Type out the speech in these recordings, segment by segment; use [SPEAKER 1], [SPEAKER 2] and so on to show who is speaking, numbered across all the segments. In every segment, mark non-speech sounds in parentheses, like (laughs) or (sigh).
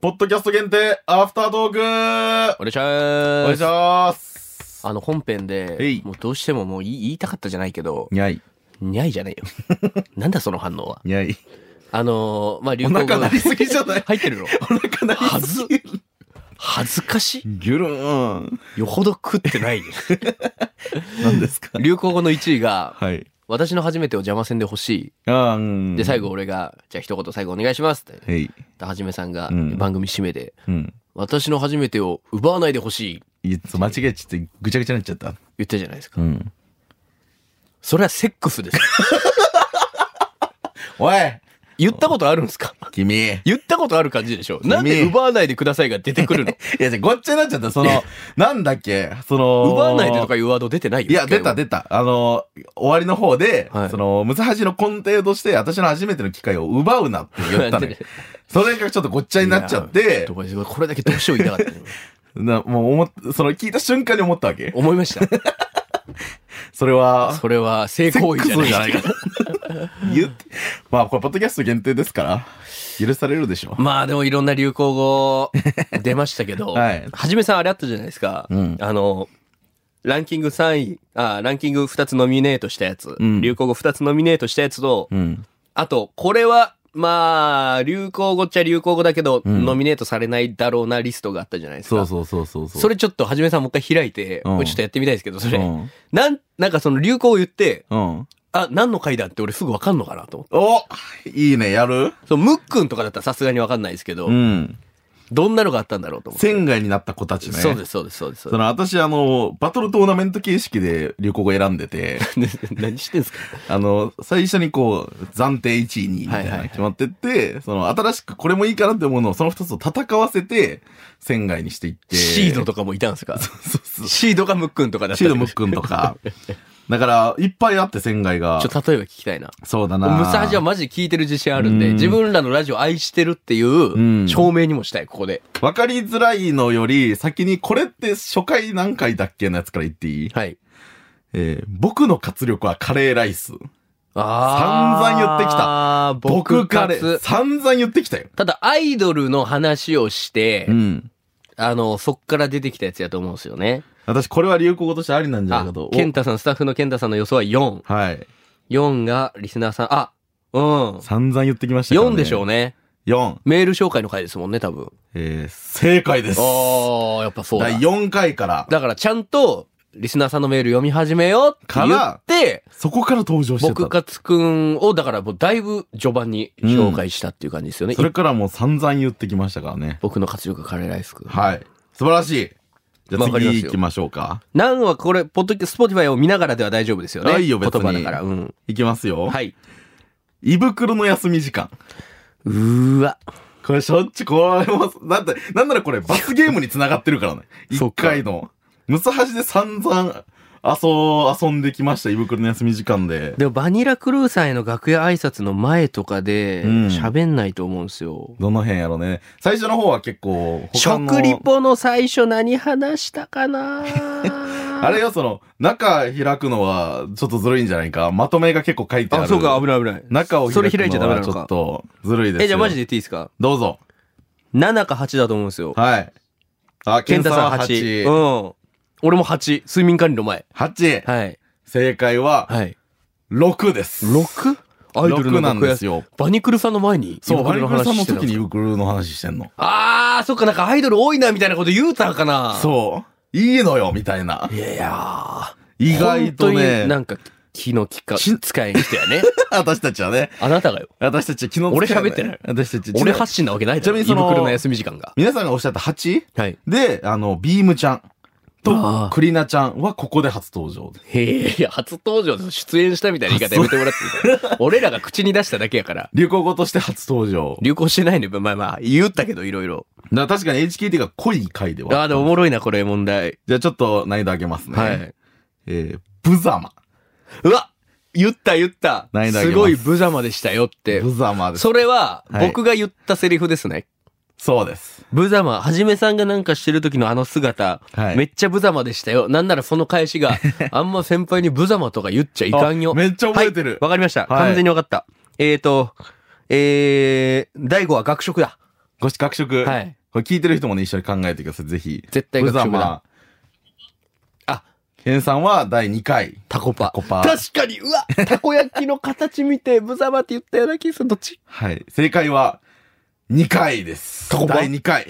[SPEAKER 1] ポッドキャスト限定アフタートーク
[SPEAKER 2] お願いし
[SPEAKER 1] お
[SPEAKER 2] ま
[SPEAKER 1] 願い
[SPEAKER 2] す
[SPEAKER 1] します
[SPEAKER 2] あの本編
[SPEAKER 1] え
[SPEAKER 2] で
[SPEAKER 1] い
[SPEAKER 2] もうどうしてももう言い言いたかったじゃないけど
[SPEAKER 1] にゃい、
[SPEAKER 2] にゃいじ
[SPEAKER 1] (laughs)
[SPEAKER 2] ゃないよなんだその反応は
[SPEAKER 1] にゃい。
[SPEAKER 2] あのーまあ流
[SPEAKER 1] お
[SPEAKER 2] 行語
[SPEAKER 1] 腹なりすぎじゃない
[SPEAKER 2] 入ってるの
[SPEAKER 1] お腹な
[SPEAKER 2] は
[SPEAKER 1] りす
[SPEAKER 2] ず
[SPEAKER 1] ぎる。
[SPEAKER 2] 恥ずかし
[SPEAKER 1] ギュルーン。
[SPEAKER 2] いよほど食ってない
[SPEAKER 1] 何ですか
[SPEAKER 2] (laughs) 流行語の1位が
[SPEAKER 1] はい。
[SPEAKER 2] 私の初めてを邪魔せんでほし
[SPEAKER 1] あーうん
[SPEAKER 2] いで最後。俺がじゃあ一言最後お願いしますって
[SPEAKER 1] はい。
[SPEAKER 2] ではじめさんが
[SPEAKER 1] うん
[SPEAKER 2] 番組締めで
[SPEAKER 1] うん。
[SPEAKER 2] 私の初めてを奪わないでほしい
[SPEAKER 1] いつ間違えちゃってぐちゃぐちゃになっちゃった。
[SPEAKER 2] 言ったじゃないですか
[SPEAKER 1] うん。
[SPEAKER 2] それはセックスです
[SPEAKER 1] おい
[SPEAKER 2] 言ったことあるんですか
[SPEAKER 1] 君い
[SPEAKER 2] 言ったことある感じでしょなんで奪わないでくださいが出てく
[SPEAKER 1] (laughs)
[SPEAKER 2] るの
[SPEAKER 1] や、じゃあごっちゃになっちゃった。その、なんだっけその、
[SPEAKER 2] 奪わないでとかいうワード出てないよ
[SPEAKER 1] いや、出た、出た。あの、終わりの方で、
[SPEAKER 2] はい
[SPEAKER 1] その、ムサハシの根底として、私の初めての機会を奪うなって (laughs) 言った
[SPEAKER 2] (laughs) なん
[SPEAKER 1] ね
[SPEAKER 2] で。
[SPEAKER 1] それがちょっとごっちゃになっちゃって、
[SPEAKER 2] これこれだけどうしよう言いたかったの
[SPEAKER 1] なもう思っ、その聞いた瞬間に思ったわけ。
[SPEAKER 2] 思い
[SPEAKER 1] (laughs)
[SPEAKER 2] ました
[SPEAKER 1] それは、
[SPEAKER 2] それは性行為じゃない
[SPEAKER 1] セックスじゃない言って、まあ、これ、ポッドキャスト限定ですから、許されるでしょ。
[SPEAKER 2] (laughs) まあでもいろんな流行語出ましたけど、
[SPEAKER 1] はい
[SPEAKER 2] じめさんあれあったじゃないですか、
[SPEAKER 1] うん
[SPEAKER 2] あのランキング3位あランキング2つノミネートしたやつ、
[SPEAKER 1] うん
[SPEAKER 2] 流行語2つノミネートしたやつと、
[SPEAKER 1] うん。
[SPEAKER 2] あとこれはまあ流行語っちゃ流行語だけど、ノミネートされないだろうなリストがあったじゃないですか
[SPEAKER 1] そうそうそうそうそう。
[SPEAKER 2] それちょっとはじめさんもう一回開いて、
[SPEAKER 1] うん
[SPEAKER 2] もうちょっとやってみたいですけど、それ。
[SPEAKER 1] うん
[SPEAKER 2] なん、なんかその流行を言って、
[SPEAKER 1] うん。
[SPEAKER 2] あ、何の回だって俺すぐわかんのかなと思って。
[SPEAKER 1] おいいね、やる
[SPEAKER 2] そう、ムックンとかだったらさすがにわかんないですけど、
[SPEAKER 1] うん。
[SPEAKER 2] どんなのがあったんだろうと思って。
[SPEAKER 1] 仙外になった子たちね。
[SPEAKER 2] そうです、そうです、そうです。そ
[SPEAKER 1] そうの私あの、バトルトーナメント形式で流行語選んで
[SPEAKER 2] (laughs)
[SPEAKER 1] て、
[SPEAKER 2] です何してんすか
[SPEAKER 1] あの、最初にこう、暫定1位、2位みたい
[SPEAKER 2] はいはい
[SPEAKER 1] な
[SPEAKER 2] は
[SPEAKER 1] の
[SPEAKER 2] い
[SPEAKER 1] 決まってって、その新しくこれもいいかなって思うのをその2つを戦わせて、仙外にしていって。
[SPEAKER 2] シード
[SPEAKER 1] (laughs) と
[SPEAKER 2] とかもいたんですか
[SPEAKER 1] そうそう
[SPEAKER 2] シードがムックンとかだった
[SPEAKER 1] シードムックンとか。だから、いっぱいあって仙外が。
[SPEAKER 2] ちょ、例えば聞きたいな。
[SPEAKER 1] そうだな
[SPEAKER 2] ムサハジはマジ聞いてる自信あるん
[SPEAKER 1] う
[SPEAKER 2] で、
[SPEAKER 1] ん
[SPEAKER 2] 自分らのラジオ愛してるっていう
[SPEAKER 1] うん
[SPEAKER 2] 証明にもしたい、ここで。
[SPEAKER 1] わかりづらいのより、先にこれって初回何回だっけのやつから言っていい、
[SPEAKER 2] はい。
[SPEAKER 1] えー僕の活力はカレーライス。
[SPEAKER 2] あー。
[SPEAKER 1] 散々言ってき
[SPEAKER 2] た。僕
[SPEAKER 1] 僕
[SPEAKER 2] カ
[SPEAKER 1] カレー。
[SPEAKER 2] レ
[SPEAKER 1] 散々言ってきたよ。
[SPEAKER 2] ただ、アイドルの話をして、
[SPEAKER 1] うん。
[SPEAKER 2] あの、そっから出てきたやつやと思うんですよね。
[SPEAKER 1] 私、これは流行語としてありなんじゃない
[SPEAKER 2] あ
[SPEAKER 1] かと。、
[SPEAKER 2] ケンタさん、スタッフのケンタさんの予想は4。
[SPEAKER 1] おはい。
[SPEAKER 2] 4がリスナーさん、あ、うん。
[SPEAKER 1] 散々言ってきましたから、ね。
[SPEAKER 2] 4でしょう
[SPEAKER 1] ね。
[SPEAKER 2] ね。
[SPEAKER 1] 4。
[SPEAKER 2] メール紹介の回ですもんね、多分。
[SPEAKER 1] えー、正解です。
[SPEAKER 2] ああ、やっぱそうだ
[SPEAKER 1] 第。4回から、
[SPEAKER 2] だからちゃんと、リスナーさんのメール読み始めようって言って、
[SPEAKER 1] そこから登場して
[SPEAKER 2] 僕
[SPEAKER 1] た。
[SPEAKER 2] かつくんを、だからもうだいぶ序盤に紹介したっていう感じですよね。
[SPEAKER 1] それからもう散々言ってきましたからね。
[SPEAKER 2] 僕の活力カレーライスくん。
[SPEAKER 1] はい。素晴らしい。じゃ
[SPEAKER 2] わ
[SPEAKER 1] あ
[SPEAKER 2] かります
[SPEAKER 1] 次
[SPEAKER 2] よ
[SPEAKER 1] 行きましょうか。
[SPEAKER 2] なんはこれ、ポッドキャスト、スポティファイを見ながらでは大丈夫ですよね。
[SPEAKER 1] あいいよ別に
[SPEAKER 2] 言葉だから。うん。
[SPEAKER 1] 行きますよ。
[SPEAKER 2] はい。
[SPEAKER 1] 胃袋の休み時間。
[SPEAKER 2] うーわ。
[SPEAKER 1] これしょっちゅう、これも、だって、なんならこれ罰ゲームに繋がってるからね。
[SPEAKER 2] (laughs) そ
[SPEAKER 1] 1
[SPEAKER 2] っか
[SPEAKER 1] 回の。ムサハジで散々遊、遊んできました。胃袋の休み時間で。
[SPEAKER 2] でもバニラクルーさんへの楽屋挨拶の前とかで
[SPEAKER 1] うん
[SPEAKER 2] 喋んないと思うんですよ。
[SPEAKER 1] どの辺やろうね。最初の方は結構、他の
[SPEAKER 2] 食リポの最初何話した
[SPEAKER 1] (laughs)
[SPEAKER 2] かな
[SPEAKER 1] あれよ、その、中開くのは、ちょっとずるいんじゃないか。まとめが結構書いてある。
[SPEAKER 2] あ、そうか、危ない危ない。
[SPEAKER 1] 中を開くのは
[SPEAKER 2] それ開いちゃダメなの
[SPEAKER 1] ちょ
[SPEAKER 2] か
[SPEAKER 1] っ。と、ずるいですよ。
[SPEAKER 2] え、じゃあマジで言っていいですか
[SPEAKER 1] どうぞ。
[SPEAKER 2] ?7 か8だと思うんですよ。
[SPEAKER 1] はい。あ、健
[SPEAKER 2] 健太
[SPEAKER 1] 太
[SPEAKER 2] さ
[SPEAKER 1] さ
[SPEAKER 2] ん
[SPEAKER 1] ん
[SPEAKER 2] 8。
[SPEAKER 1] 8。
[SPEAKER 2] うん。俺も8。睡眠管理の前。
[SPEAKER 1] 8。
[SPEAKER 2] はい。
[SPEAKER 1] 正解は、
[SPEAKER 2] はい。
[SPEAKER 1] 6です。
[SPEAKER 2] 6? アイドルの
[SPEAKER 1] 6なん
[SPEAKER 2] 楽
[SPEAKER 1] で
[SPEAKER 2] 屋
[SPEAKER 1] す。よ。
[SPEAKER 2] バニクルさんの前に。
[SPEAKER 1] そう、バリブルさんの時に
[SPEAKER 2] う。
[SPEAKER 1] ユクルの話してんの。
[SPEAKER 2] あー、そっか、なんかアイドル多いなみたいなこと言うたかな。
[SPEAKER 1] そう。いいのよ、みたいな
[SPEAKER 2] う。。いやいやー。
[SPEAKER 1] 意外と
[SPEAKER 2] 本当に
[SPEAKER 1] ね、
[SPEAKER 2] なんか気の利か
[SPEAKER 1] き
[SPEAKER 2] 使いにしてや (laughs) ね。
[SPEAKER 1] (laughs) 私たちはね、
[SPEAKER 2] あなたがよ。
[SPEAKER 1] 私たち昨日
[SPEAKER 2] 俺喋ってない
[SPEAKER 1] 私たち。
[SPEAKER 2] 俺発信なわけないだろ。
[SPEAKER 1] ちなみにその
[SPEAKER 2] 胃袋の休み時間が。
[SPEAKER 1] 皆さんがおっしゃった 8?
[SPEAKER 2] はい。
[SPEAKER 1] で、あの、ビームちゃん
[SPEAKER 2] あ
[SPEAKER 1] と
[SPEAKER 2] ー
[SPEAKER 1] クリナちゃんはここで初登場。
[SPEAKER 2] へえ、いや、初登場で出演したみたいな言い方やめてもらっていいかな (laughs) 俺らが口に出しただけやから。
[SPEAKER 1] 流行語として初登場。
[SPEAKER 2] 流行してないのよ。まあまあ、言ったけど、いろいろ。
[SPEAKER 1] だから確かに HKT が濃い回で
[SPEAKER 2] あ
[SPEAKER 1] は。
[SPEAKER 2] あ、でもおもろいな、これ、問題。
[SPEAKER 1] じゃあちょっと難易度上げますね。
[SPEAKER 2] はい。
[SPEAKER 1] えー、ブザマ。
[SPEAKER 2] うわ言った言った
[SPEAKER 1] 投げます
[SPEAKER 2] すごい無様でしたよって。
[SPEAKER 1] ブザマです。
[SPEAKER 2] それは、
[SPEAKER 1] はい
[SPEAKER 2] 僕が言ったセリフですね。
[SPEAKER 1] そうです。
[SPEAKER 2] 無様、はじめさんがなんかしてる時のあの姿、
[SPEAKER 1] はい
[SPEAKER 2] めっちゃ無様でしたよ。なんならその返
[SPEAKER 1] (laughs)
[SPEAKER 2] しが、あんま先輩に無様とか言っちゃいかんよ
[SPEAKER 1] あ。めっちゃ覚えて
[SPEAKER 2] はい
[SPEAKER 1] る。
[SPEAKER 2] わ、かりました。
[SPEAKER 1] はい
[SPEAKER 2] 完全にわかった。えーと、えー、大悟は学食だ。
[SPEAKER 1] ご視覚色。
[SPEAKER 2] はい。
[SPEAKER 1] これ聞いてる人もね、一緒に考えてください、ぜひ。
[SPEAKER 2] 絶対学
[SPEAKER 1] 学
[SPEAKER 2] 食
[SPEAKER 1] 食
[SPEAKER 2] だ
[SPEAKER 1] だ。。
[SPEAKER 2] あ、
[SPEAKER 1] ケンさんは第2回。
[SPEAKER 2] タコパ。
[SPEAKER 1] タコパ
[SPEAKER 2] 確かに、
[SPEAKER 1] (laughs)
[SPEAKER 2] うわ、たこ焼きの形見て、ブザバって言ったような気がする。どっち
[SPEAKER 1] はい。正解は、2回です。
[SPEAKER 2] タコパ
[SPEAKER 1] 第2回。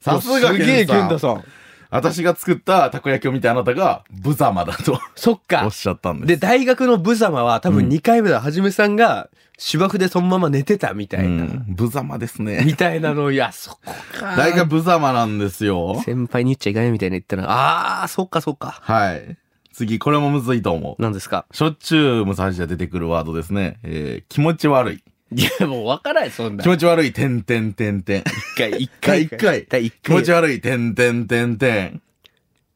[SPEAKER 1] さすが
[SPEAKER 2] すげ
[SPEAKER 1] ケ
[SPEAKER 2] え、
[SPEAKER 1] ンさ
[SPEAKER 2] 健
[SPEAKER 1] ん
[SPEAKER 2] 太。さん。
[SPEAKER 1] 私が作ったたこ焼きを見てあなたが、無様だと
[SPEAKER 2] そっ
[SPEAKER 1] お
[SPEAKER 2] か
[SPEAKER 1] っ。しゃったんです。
[SPEAKER 2] で、大学のブザマは多分
[SPEAKER 1] うん
[SPEAKER 2] 2回目だ。はじめさんが芝生でそのまま寝てたみた
[SPEAKER 1] う
[SPEAKER 2] いな。
[SPEAKER 1] ん、無様ですね。
[SPEAKER 2] みたいなの、いや、そこか。
[SPEAKER 1] 大学無様なんですよ。
[SPEAKER 2] 先輩に言っちゃいかないみたいな言ったら、あー、そっかそっか。
[SPEAKER 1] はい。次、これもむずいと思う。
[SPEAKER 2] なんですか
[SPEAKER 1] しょっちゅうムサハジで出てくるワードですね。えー、気持ち悪い。
[SPEAKER 2] いや、もう分からない、そんな
[SPEAKER 1] 気。持ち悪い、てんてんてん
[SPEAKER 2] (laughs)
[SPEAKER 1] てん。
[SPEAKER 2] 一回、一
[SPEAKER 1] 回
[SPEAKER 2] 一回。第一
[SPEAKER 1] 気持ち
[SPEAKER 2] 回。
[SPEAKER 1] 悪い、てんてんてんてん。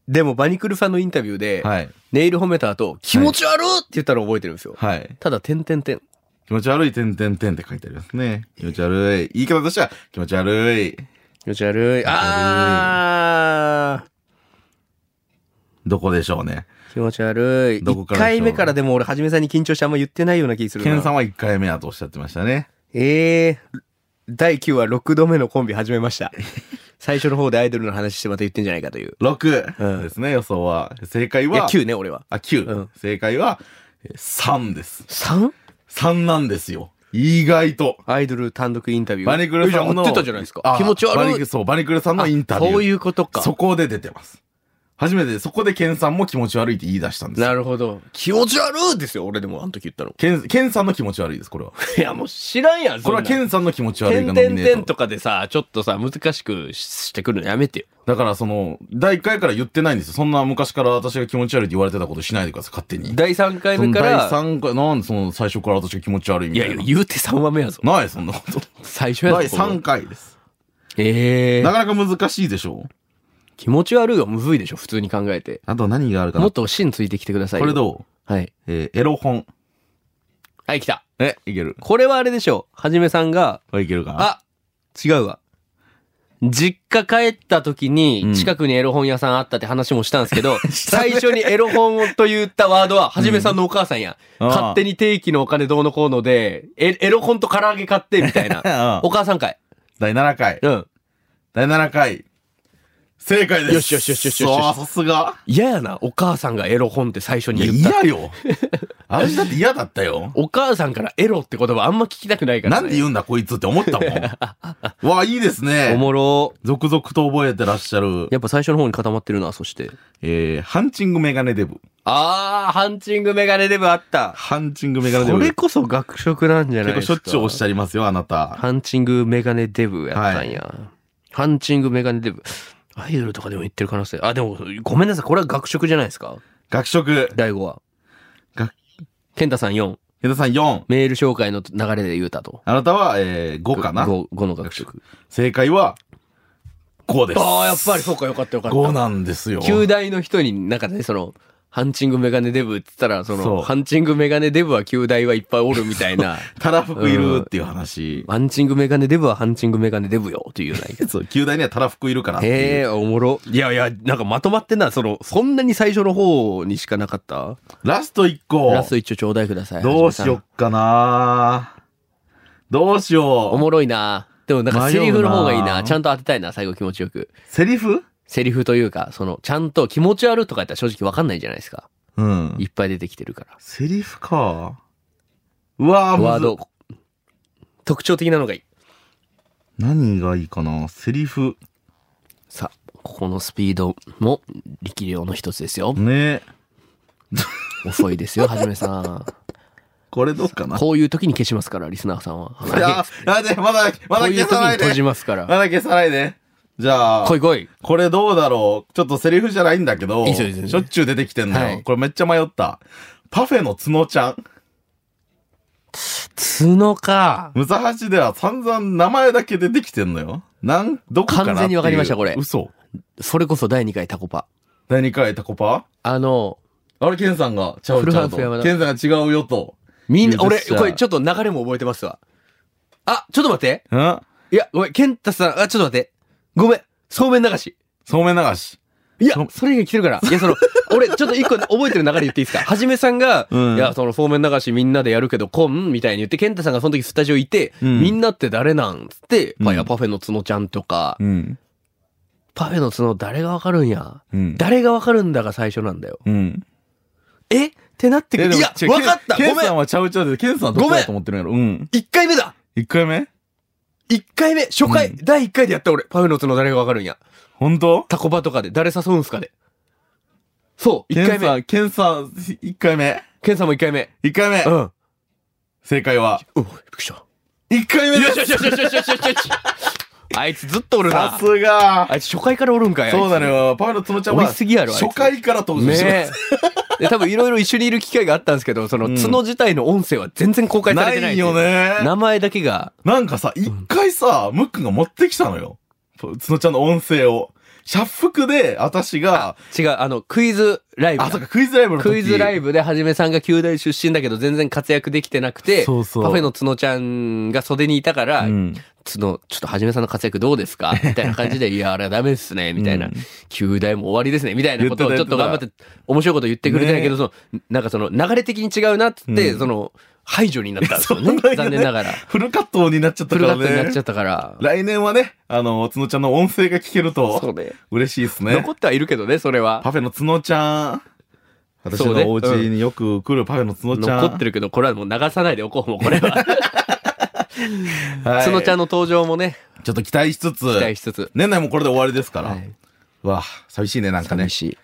[SPEAKER 2] でも、バニクルさんのインタビューで、
[SPEAKER 1] はい。
[SPEAKER 2] ネイル褒めた後、気持ち悪っって言ったら覚えてるんですよ。
[SPEAKER 1] はい。
[SPEAKER 2] ただ、てんてんてん。
[SPEAKER 1] 気持ち悪い、てんてんてんって書いてありますね。気持ち悪い。言い方としては、気持ち悪い。
[SPEAKER 2] 気持ち悪い。あー。
[SPEAKER 1] どこでしょうね。
[SPEAKER 2] 気持ち悪い。
[SPEAKER 1] どこ
[SPEAKER 2] 一
[SPEAKER 1] からでしょう
[SPEAKER 2] 回目からでも俺、はじめさんに緊張してあんま言ってないような気する
[SPEAKER 1] ケ
[SPEAKER 2] な。
[SPEAKER 1] ンさんは1回目だとおっしゃってましたね。
[SPEAKER 2] ええ第9話6度目のコンビ始めました。最初の方でアイドルの話してまた言ってんじゃないかという。うん
[SPEAKER 1] 6ですね、予想は。正解
[SPEAKER 2] いや、
[SPEAKER 1] は、
[SPEAKER 2] 9ね、俺は。
[SPEAKER 1] あ、
[SPEAKER 2] うん
[SPEAKER 1] 9。正解は、えー3です。
[SPEAKER 2] 3?
[SPEAKER 1] 3なんですよ。意外と。
[SPEAKER 2] アイドル単独インタビュー。
[SPEAKER 1] バニクルさん
[SPEAKER 2] 合
[SPEAKER 1] の。
[SPEAKER 2] ってたじゃないですか
[SPEAKER 1] あ。
[SPEAKER 2] 気持ち
[SPEAKER 1] バニ
[SPEAKER 2] 悪
[SPEAKER 1] クル
[SPEAKER 2] い。
[SPEAKER 1] そう、バニクルさんのインタビュー。
[SPEAKER 2] あそういうことか。
[SPEAKER 1] そこで出てます。初めてそこでケンさんも気持ち悪いって言い出したんですよ。
[SPEAKER 2] なるほど。気持ち悪いですよ、俺でもあの時言ったの。
[SPEAKER 1] ケン、ケンさんの気持ち悪いです、
[SPEAKER 2] (laughs)
[SPEAKER 1] これは。
[SPEAKER 2] いや、もう知らんやん、
[SPEAKER 1] これはケ
[SPEAKER 2] ん
[SPEAKER 1] ンさんの気持ち悪
[SPEAKER 2] て
[SPEAKER 1] いがノ
[SPEAKER 2] んて
[SPEAKER 1] ミ
[SPEAKER 2] ん
[SPEAKER 1] ネ
[SPEAKER 2] て
[SPEAKER 1] ー
[SPEAKER 2] ん
[SPEAKER 1] ト。
[SPEAKER 2] とかでさ、ちょっとさ、難しくしてくるのやめてよ。
[SPEAKER 1] だからその、第1回から言ってないんですよ。そんな昔から私が気持ち悪いって言われてたことしないでください、勝手に。
[SPEAKER 2] 第3回
[SPEAKER 1] そ
[SPEAKER 2] 目
[SPEAKER 1] の
[SPEAKER 2] か
[SPEAKER 1] 第
[SPEAKER 2] ら、
[SPEAKER 1] 3回、なんでその最初から私が気持ち悪い
[SPEAKER 2] い
[SPEAKER 1] みた
[SPEAKER 2] や
[SPEAKER 1] いな。
[SPEAKER 2] 言うて3話目やぞ。
[SPEAKER 1] ない、そんなこと。
[SPEAKER 2] 最初やぞ。
[SPEAKER 1] 第3
[SPEAKER 2] こ
[SPEAKER 1] 回です。
[SPEAKER 2] こええ
[SPEAKER 1] なかなか難しいでしょう
[SPEAKER 2] 気持ち悪いはむずいでしょ、普通に考えて。
[SPEAKER 1] あと何があるか
[SPEAKER 2] も
[SPEAKER 1] な
[SPEAKER 2] っと芯ついてきてください
[SPEAKER 1] こ
[SPEAKER 2] よ。
[SPEAKER 1] れど
[SPEAKER 2] はい。
[SPEAKER 1] うえーエロ本。
[SPEAKER 2] はい、来た。
[SPEAKER 1] え、いける
[SPEAKER 2] これはあれでしょう。はじめさんが、
[SPEAKER 1] これいけるかな
[SPEAKER 2] あ、違うわ。実家帰った時
[SPEAKER 1] う
[SPEAKER 2] に
[SPEAKER 1] ん
[SPEAKER 2] 近くにエロ本屋さんあったって話も (laughs) したんですけど、最初にエロ本と言ったワードは、はじめさんのお母さんや。
[SPEAKER 1] うんああ。
[SPEAKER 2] 勝手に定期のお金どうのこうので、エエロ本と唐揚げ買ってみたい (laughs) な
[SPEAKER 1] あ
[SPEAKER 2] お母さん会。
[SPEAKER 1] 第7回。
[SPEAKER 2] うん。
[SPEAKER 1] 第7回。正解です。
[SPEAKER 2] よしよしよしよしよし
[SPEAKER 1] そう、さすが。
[SPEAKER 2] 嫌やな、お母さんがエロ本って最初
[SPEAKER 1] い
[SPEAKER 2] に
[SPEAKER 1] や、
[SPEAKER 2] (laughs) 言った。
[SPEAKER 1] 嫌よ。あれだって嫌だったよ。
[SPEAKER 2] お母さんからエロって言葉あんま聞きたくないから、
[SPEAKER 1] な
[SPEAKER 2] ね。
[SPEAKER 1] んで言うんだこいつって思ったもん。
[SPEAKER 2] (laughs)
[SPEAKER 1] わあ、いいです
[SPEAKER 2] お
[SPEAKER 1] ね。
[SPEAKER 2] もろ。
[SPEAKER 1] 続々と覚えてらっしゃる。
[SPEAKER 2] やっぱ最初の方に固まってるな、そして。
[SPEAKER 1] えー、ハンチングメガネデブ。
[SPEAKER 2] あー、ハンチングメガネデブあった。
[SPEAKER 1] ハンチングメガネデ
[SPEAKER 2] こ
[SPEAKER 1] ブ。
[SPEAKER 2] れこそ学食なんじゃない
[SPEAKER 1] 結構
[SPEAKER 2] です
[SPEAKER 1] しょ
[SPEAKER 2] か。
[SPEAKER 1] っちゅうおっしゃりますよ、あなた。
[SPEAKER 2] ハンチングメガネデブやったんや。ハンチングメガネデブ。アイドルとかでも言ってる可能性。あ、でも、ごめんなさい。これは学食じゃないですか
[SPEAKER 1] 学食。
[SPEAKER 2] 第5話。
[SPEAKER 1] 学
[SPEAKER 2] ケンタさん4。
[SPEAKER 1] 皆さん4。
[SPEAKER 2] メール紹介の流れで言うたと。
[SPEAKER 1] あなたは、えー、5かな。
[SPEAKER 2] 5, の学食。
[SPEAKER 1] 正解は、5です。
[SPEAKER 2] ああ、やっぱりそうか、よかったよか
[SPEAKER 1] 5
[SPEAKER 2] った。
[SPEAKER 1] なんですよ。
[SPEAKER 2] 旧大の人になんかね、その、ハンチングメガネデブって言ったら、その、
[SPEAKER 1] そう
[SPEAKER 2] ハンチングメガネデブは旧大はいっぱいおるみた
[SPEAKER 1] (laughs)
[SPEAKER 2] いな。
[SPEAKER 1] たらふくいるっていう話。
[SPEAKER 2] ハンチングメガネデブはハンチングメガネデブよっていうようない
[SPEAKER 1] そう、旧大にはたらふくいるからって
[SPEAKER 2] へ
[SPEAKER 1] いう。
[SPEAKER 2] え、おもろ。いやいや、なんかまとまってんな。その、そんなに最初の方にしかなかった
[SPEAKER 1] ラスト1個。
[SPEAKER 2] ラスト一丁ちょうだいください。
[SPEAKER 1] どうしよっかなどうし
[SPEAKER 2] お
[SPEAKER 1] よう。
[SPEAKER 2] もろいな。でもなんかセリフの方がいい
[SPEAKER 1] 迷う
[SPEAKER 2] な。
[SPEAKER 1] な
[SPEAKER 2] ちゃんと当てたいな、最後気持ちよく。
[SPEAKER 1] セリフ
[SPEAKER 2] セリフというか、その、ちゃんと気持ち悪いとかやったら正直わかんないじゃないですか。
[SPEAKER 1] うん
[SPEAKER 2] い。っぱい出てきてるから。
[SPEAKER 1] セリフか。うわー、むず
[SPEAKER 2] ワード。特徴的なのがいい。
[SPEAKER 1] 何がいいかなセリフ。
[SPEAKER 2] さあ、ここのスピードも力量の一つですよ。
[SPEAKER 1] ね
[SPEAKER 2] 遅いですよ、はじ
[SPEAKER 1] (laughs)
[SPEAKER 2] めさん。
[SPEAKER 1] これどうかな
[SPEAKER 2] こういう時に消しますから、リスナーさんは。
[SPEAKER 1] いやー、待って、まだ、ま
[SPEAKER 2] こ
[SPEAKER 1] だ
[SPEAKER 2] うい
[SPEAKER 1] 消
[SPEAKER 2] う時
[SPEAKER 1] さな
[SPEAKER 2] に
[SPEAKER 1] い
[SPEAKER 2] 閉じ
[SPEAKER 1] で。
[SPEAKER 2] ますか
[SPEAKER 1] ま
[SPEAKER 2] ら。
[SPEAKER 1] だ消さないで。じゃ (laughs) あ
[SPEAKER 2] 来、い来い。
[SPEAKER 1] これどうだろうちょっとセリフじゃないんだけど、
[SPEAKER 2] いいですよいいですよ
[SPEAKER 1] しょっちゅう出てきてんのよ。
[SPEAKER 2] はい
[SPEAKER 1] これめっちゃ迷った。パフェの角ちゃん。
[SPEAKER 2] 角か。
[SPEAKER 1] ムサハシでは散々名前だけ出てきてんのよ。なん、どこかなっていう
[SPEAKER 2] 完全にわかりましたこれ
[SPEAKER 1] 嘘。
[SPEAKER 2] それこそ第2回タコパ。
[SPEAKER 1] 第2回タコパ
[SPEAKER 2] あの、
[SPEAKER 1] あれ、ケンさんが、ちゃう
[SPEAKER 2] フル
[SPEAKER 1] ち
[SPEAKER 2] ハ
[SPEAKER 1] ゃ
[SPEAKER 2] ウ
[SPEAKER 1] う
[SPEAKER 2] ス
[SPEAKER 1] と。
[SPEAKER 2] 山田
[SPEAKER 1] ケンさんが違うよと。
[SPEAKER 2] みんな、
[SPEAKER 1] いい
[SPEAKER 2] 俺、
[SPEAKER 1] ですね
[SPEAKER 2] これちょっと流れも覚えてますわ。あ、ちょっと待って。
[SPEAKER 1] ん
[SPEAKER 2] いや、ごめん、ケンタさん、あ、ちょっと待って。ごめん、そうめん流し。
[SPEAKER 1] そうめん流し。
[SPEAKER 2] いや
[SPEAKER 1] そ、
[SPEAKER 2] それ以外来てるから。いや、
[SPEAKER 1] (laughs)
[SPEAKER 2] その、俺、ちょっと一個覚えてる流れ言っていいですかはじめさんが、
[SPEAKER 1] うん
[SPEAKER 2] いや、その、そうめん流しみんなでやるけど、こんみたいに言って、健太さんがその時スタジオいて、
[SPEAKER 1] うん
[SPEAKER 2] みんなって誰なんつって、
[SPEAKER 1] うん
[SPEAKER 2] まあ、いやパフェの角ちゃんとか、
[SPEAKER 1] うん。
[SPEAKER 2] パフェの角誰がわかるんや。
[SPEAKER 1] うん。
[SPEAKER 2] 誰がわかるんだが最初なんだよ。
[SPEAKER 1] うん。
[SPEAKER 2] えってなってく
[SPEAKER 1] え
[SPEAKER 2] る。
[SPEAKER 1] でも
[SPEAKER 2] いや
[SPEAKER 1] 違、う
[SPEAKER 2] わかった
[SPEAKER 1] ケンケ
[SPEAKER 2] ご
[SPEAKER 1] ン
[SPEAKER 2] め
[SPEAKER 1] さん
[SPEAKER 2] ん
[SPEAKER 1] はちゃうちゃうで、ケンさんはどこだと思ってるんやろ。うん。
[SPEAKER 2] !1 回目だ
[SPEAKER 1] 1回目
[SPEAKER 2] !1 回目初回、
[SPEAKER 1] うん
[SPEAKER 2] 第1回でやった俺。パフェの角誰がわかるんや。
[SPEAKER 1] 本当
[SPEAKER 2] タコパとかで、誰誘うんすかで。そう、
[SPEAKER 1] ケ
[SPEAKER 2] 1回
[SPEAKER 1] ンさ
[SPEAKER 2] 目。
[SPEAKER 1] ん、ケンさん、1回目
[SPEAKER 2] ケンさんも1回目。
[SPEAKER 1] ?1 回目
[SPEAKER 2] うん。うん、
[SPEAKER 1] 正解は、
[SPEAKER 2] びっくりした。
[SPEAKER 1] 1回目
[SPEAKER 2] よ
[SPEAKER 1] で
[SPEAKER 2] しよし
[SPEAKER 1] す
[SPEAKER 2] よしよしよしよしよしあいつずっとおるな
[SPEAKER 1] さ。すが
[SPEAKER 2] あいつ初回からおるんかい。あいつ
[SPEAKER 1] そうだ。ね、パウロ角ちゃんは、
[SPEAKER 2] 追いすぎやろあいつ
[SPEAKER 1] 初回から登場してま
[SPEAKER 2] ね
[SPEAKER 1] す。
[SPEAKER 2] え。で、多分いろいろ一緒にいる機会があったんですけど、その
[SPEAKER 1] うん
[SPEAKER 2] 角自体の音声は全然公開され
[SPEAKER 1] な
[SPEAKER 2] てない。
[SPEAKER 1] いよ。ね。
[SPEAKER 2] 名前だけが、
[SPEAKER 1] なんかさ、一回さ、ムックが持ってきたのよ。つのちゃんの音声を。社服で、私が、
[SPEAKER 2] 違う、あの、クイズライブ
[SPEAKER 1] あ、そう
[SPEAKER 2] だ。
[SPEAKER 1] か、クイズライブの時
[SPEAKER 2] クイズライブではじめさんが九大出身だけど全然活躍できてなくて、
[SPEAKER 1] そうそう
[SPEAKER 2] パフェの角ちゃんが袖にいたから、
[SPEAKER 1] うん
[SPEAKER 2] 角、ちょっとはじめさんの活躍どうで
[SPEAKER 1] (laughs)
[SPEAKER 2] すかみたいな感じで、いや、あれはダメですね、みたいな
[SPEAKER 1] うん。
[SPEAKER 2] 九大も終わりですね、みたいなことを
[SPEAKER 1] 言
[SPEAKER 2] ち
[SPEAKER 1] っ
[SPEAKER 2] ょ
[SPEAKER 1] て
[SPEAKER 2] ったと頑張って、面白いこと言ってくれてないけど、その、なんかその、流れ的に違うなっつって、
[SPEAKER 1] うん
[SPEAKER 2] その、排除になったんですよ
[SPEAKER 1] (laughs) そうなん。
[SPEAKER 2] ね
[SPEAKER 1] よね
[SPEAKER 2] 残念ながら。
[SPEAKER 1] フルカットになっちゃった
[SPEAKER 2] フ
[SPEAKER 1] か
[SPEAKER 2] ルカ
[SPEAKER 1] ら
[SPEAKER 2] ットになっち
[SPEAKER 1] ね。
[SPEAKER 2] ゃったから。
[SPEAKER 1] 来年はね、あの、つのちゃんの音声が聞ける
[SPEAKER 2] そ
[SPEAKER 1] と
[SPEAKER 2] う、ね。
[SPEAKER 1] 嬉しいですね
[SPEAKER 2] 残。ってはいるけどね、それは。
[SPEAKER 1] パフェのつのちゃん。私
[SPEAKER 2] そうね
[SPEAKER 1] のお家によく来るパフェのつのちゃん。
[SPEAKER 2] 残ってるけど、これはもう流さないでおこう、もうこれ
[SPEAKER 1] (laughs)
[SPEAKER 2] は。
[SPEAKER 1] はい
[SPEAKER 2] 角ちゃんの登場もね、
[SPEAKER 1] ちょっと期待しつつ、
[SPEAKER 2] 期待しつつ。
[SPEAKER 1] 年内もこれで終わりですから。
[SPEAKER 2] はい
[SPEAKER 1] わあ、寂しいね、なんかね
[SPEAKER 2] 寂。しい。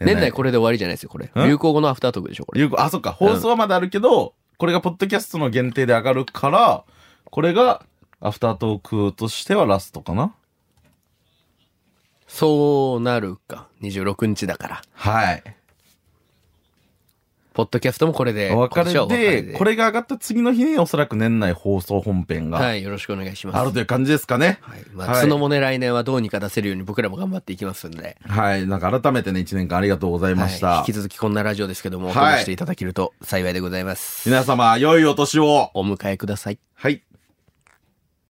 [SPEAKER 2] 年内これで終わりじゃないですよ、これ。
[SPEAKER 1] うん
[SPEAKER 2] 流行語のアフタートークでしょ、これ。
[SPEAKER 1] 有効あ、そっか、放送はまだあるけど、これがポッドキャストの限定で上がるから、これが、アフタートークとしてはラストかな
[SPEAKER 2] そうなるか。26日だから。
[SPEAKER 1] はい。
[SPEAKER 2] ポッドキャストもこれで。
[SPEAKER 1] お別れ
[SPEAKER 2] 今年はお別
[SPEAKER 1] で、これが上がった次の日におそらく年内放送本編
[SPEAKER 2] は
[SPEAKER 1] が
[SPEAKER 2] い、よろしくお願いします。
[SPEAKER 1] あるという感じですかね。
[SPEAKER 2] はい。まあ、
[SPEAKER 1] はい
[SPEAKER 2] 角もね、来年はどうにか出せるように僕らも頑張っていきますんで。
[SPEAKER 1] はい。なんか改めてね、1年間ありがとうございました。
[SPEAKER 2] はい、引き続きこんなラジオですけども、
[SPEAKER 1] は
[SPEAKER 2] お
[SPEAKER 1] い
[SPEAKER 2] 届けしていただけると幸いでございます。
[SPEAKER 1] 皆様、良いお年を
[SPEAKER 2] お迎えください。
[SPEAKER 1] はい。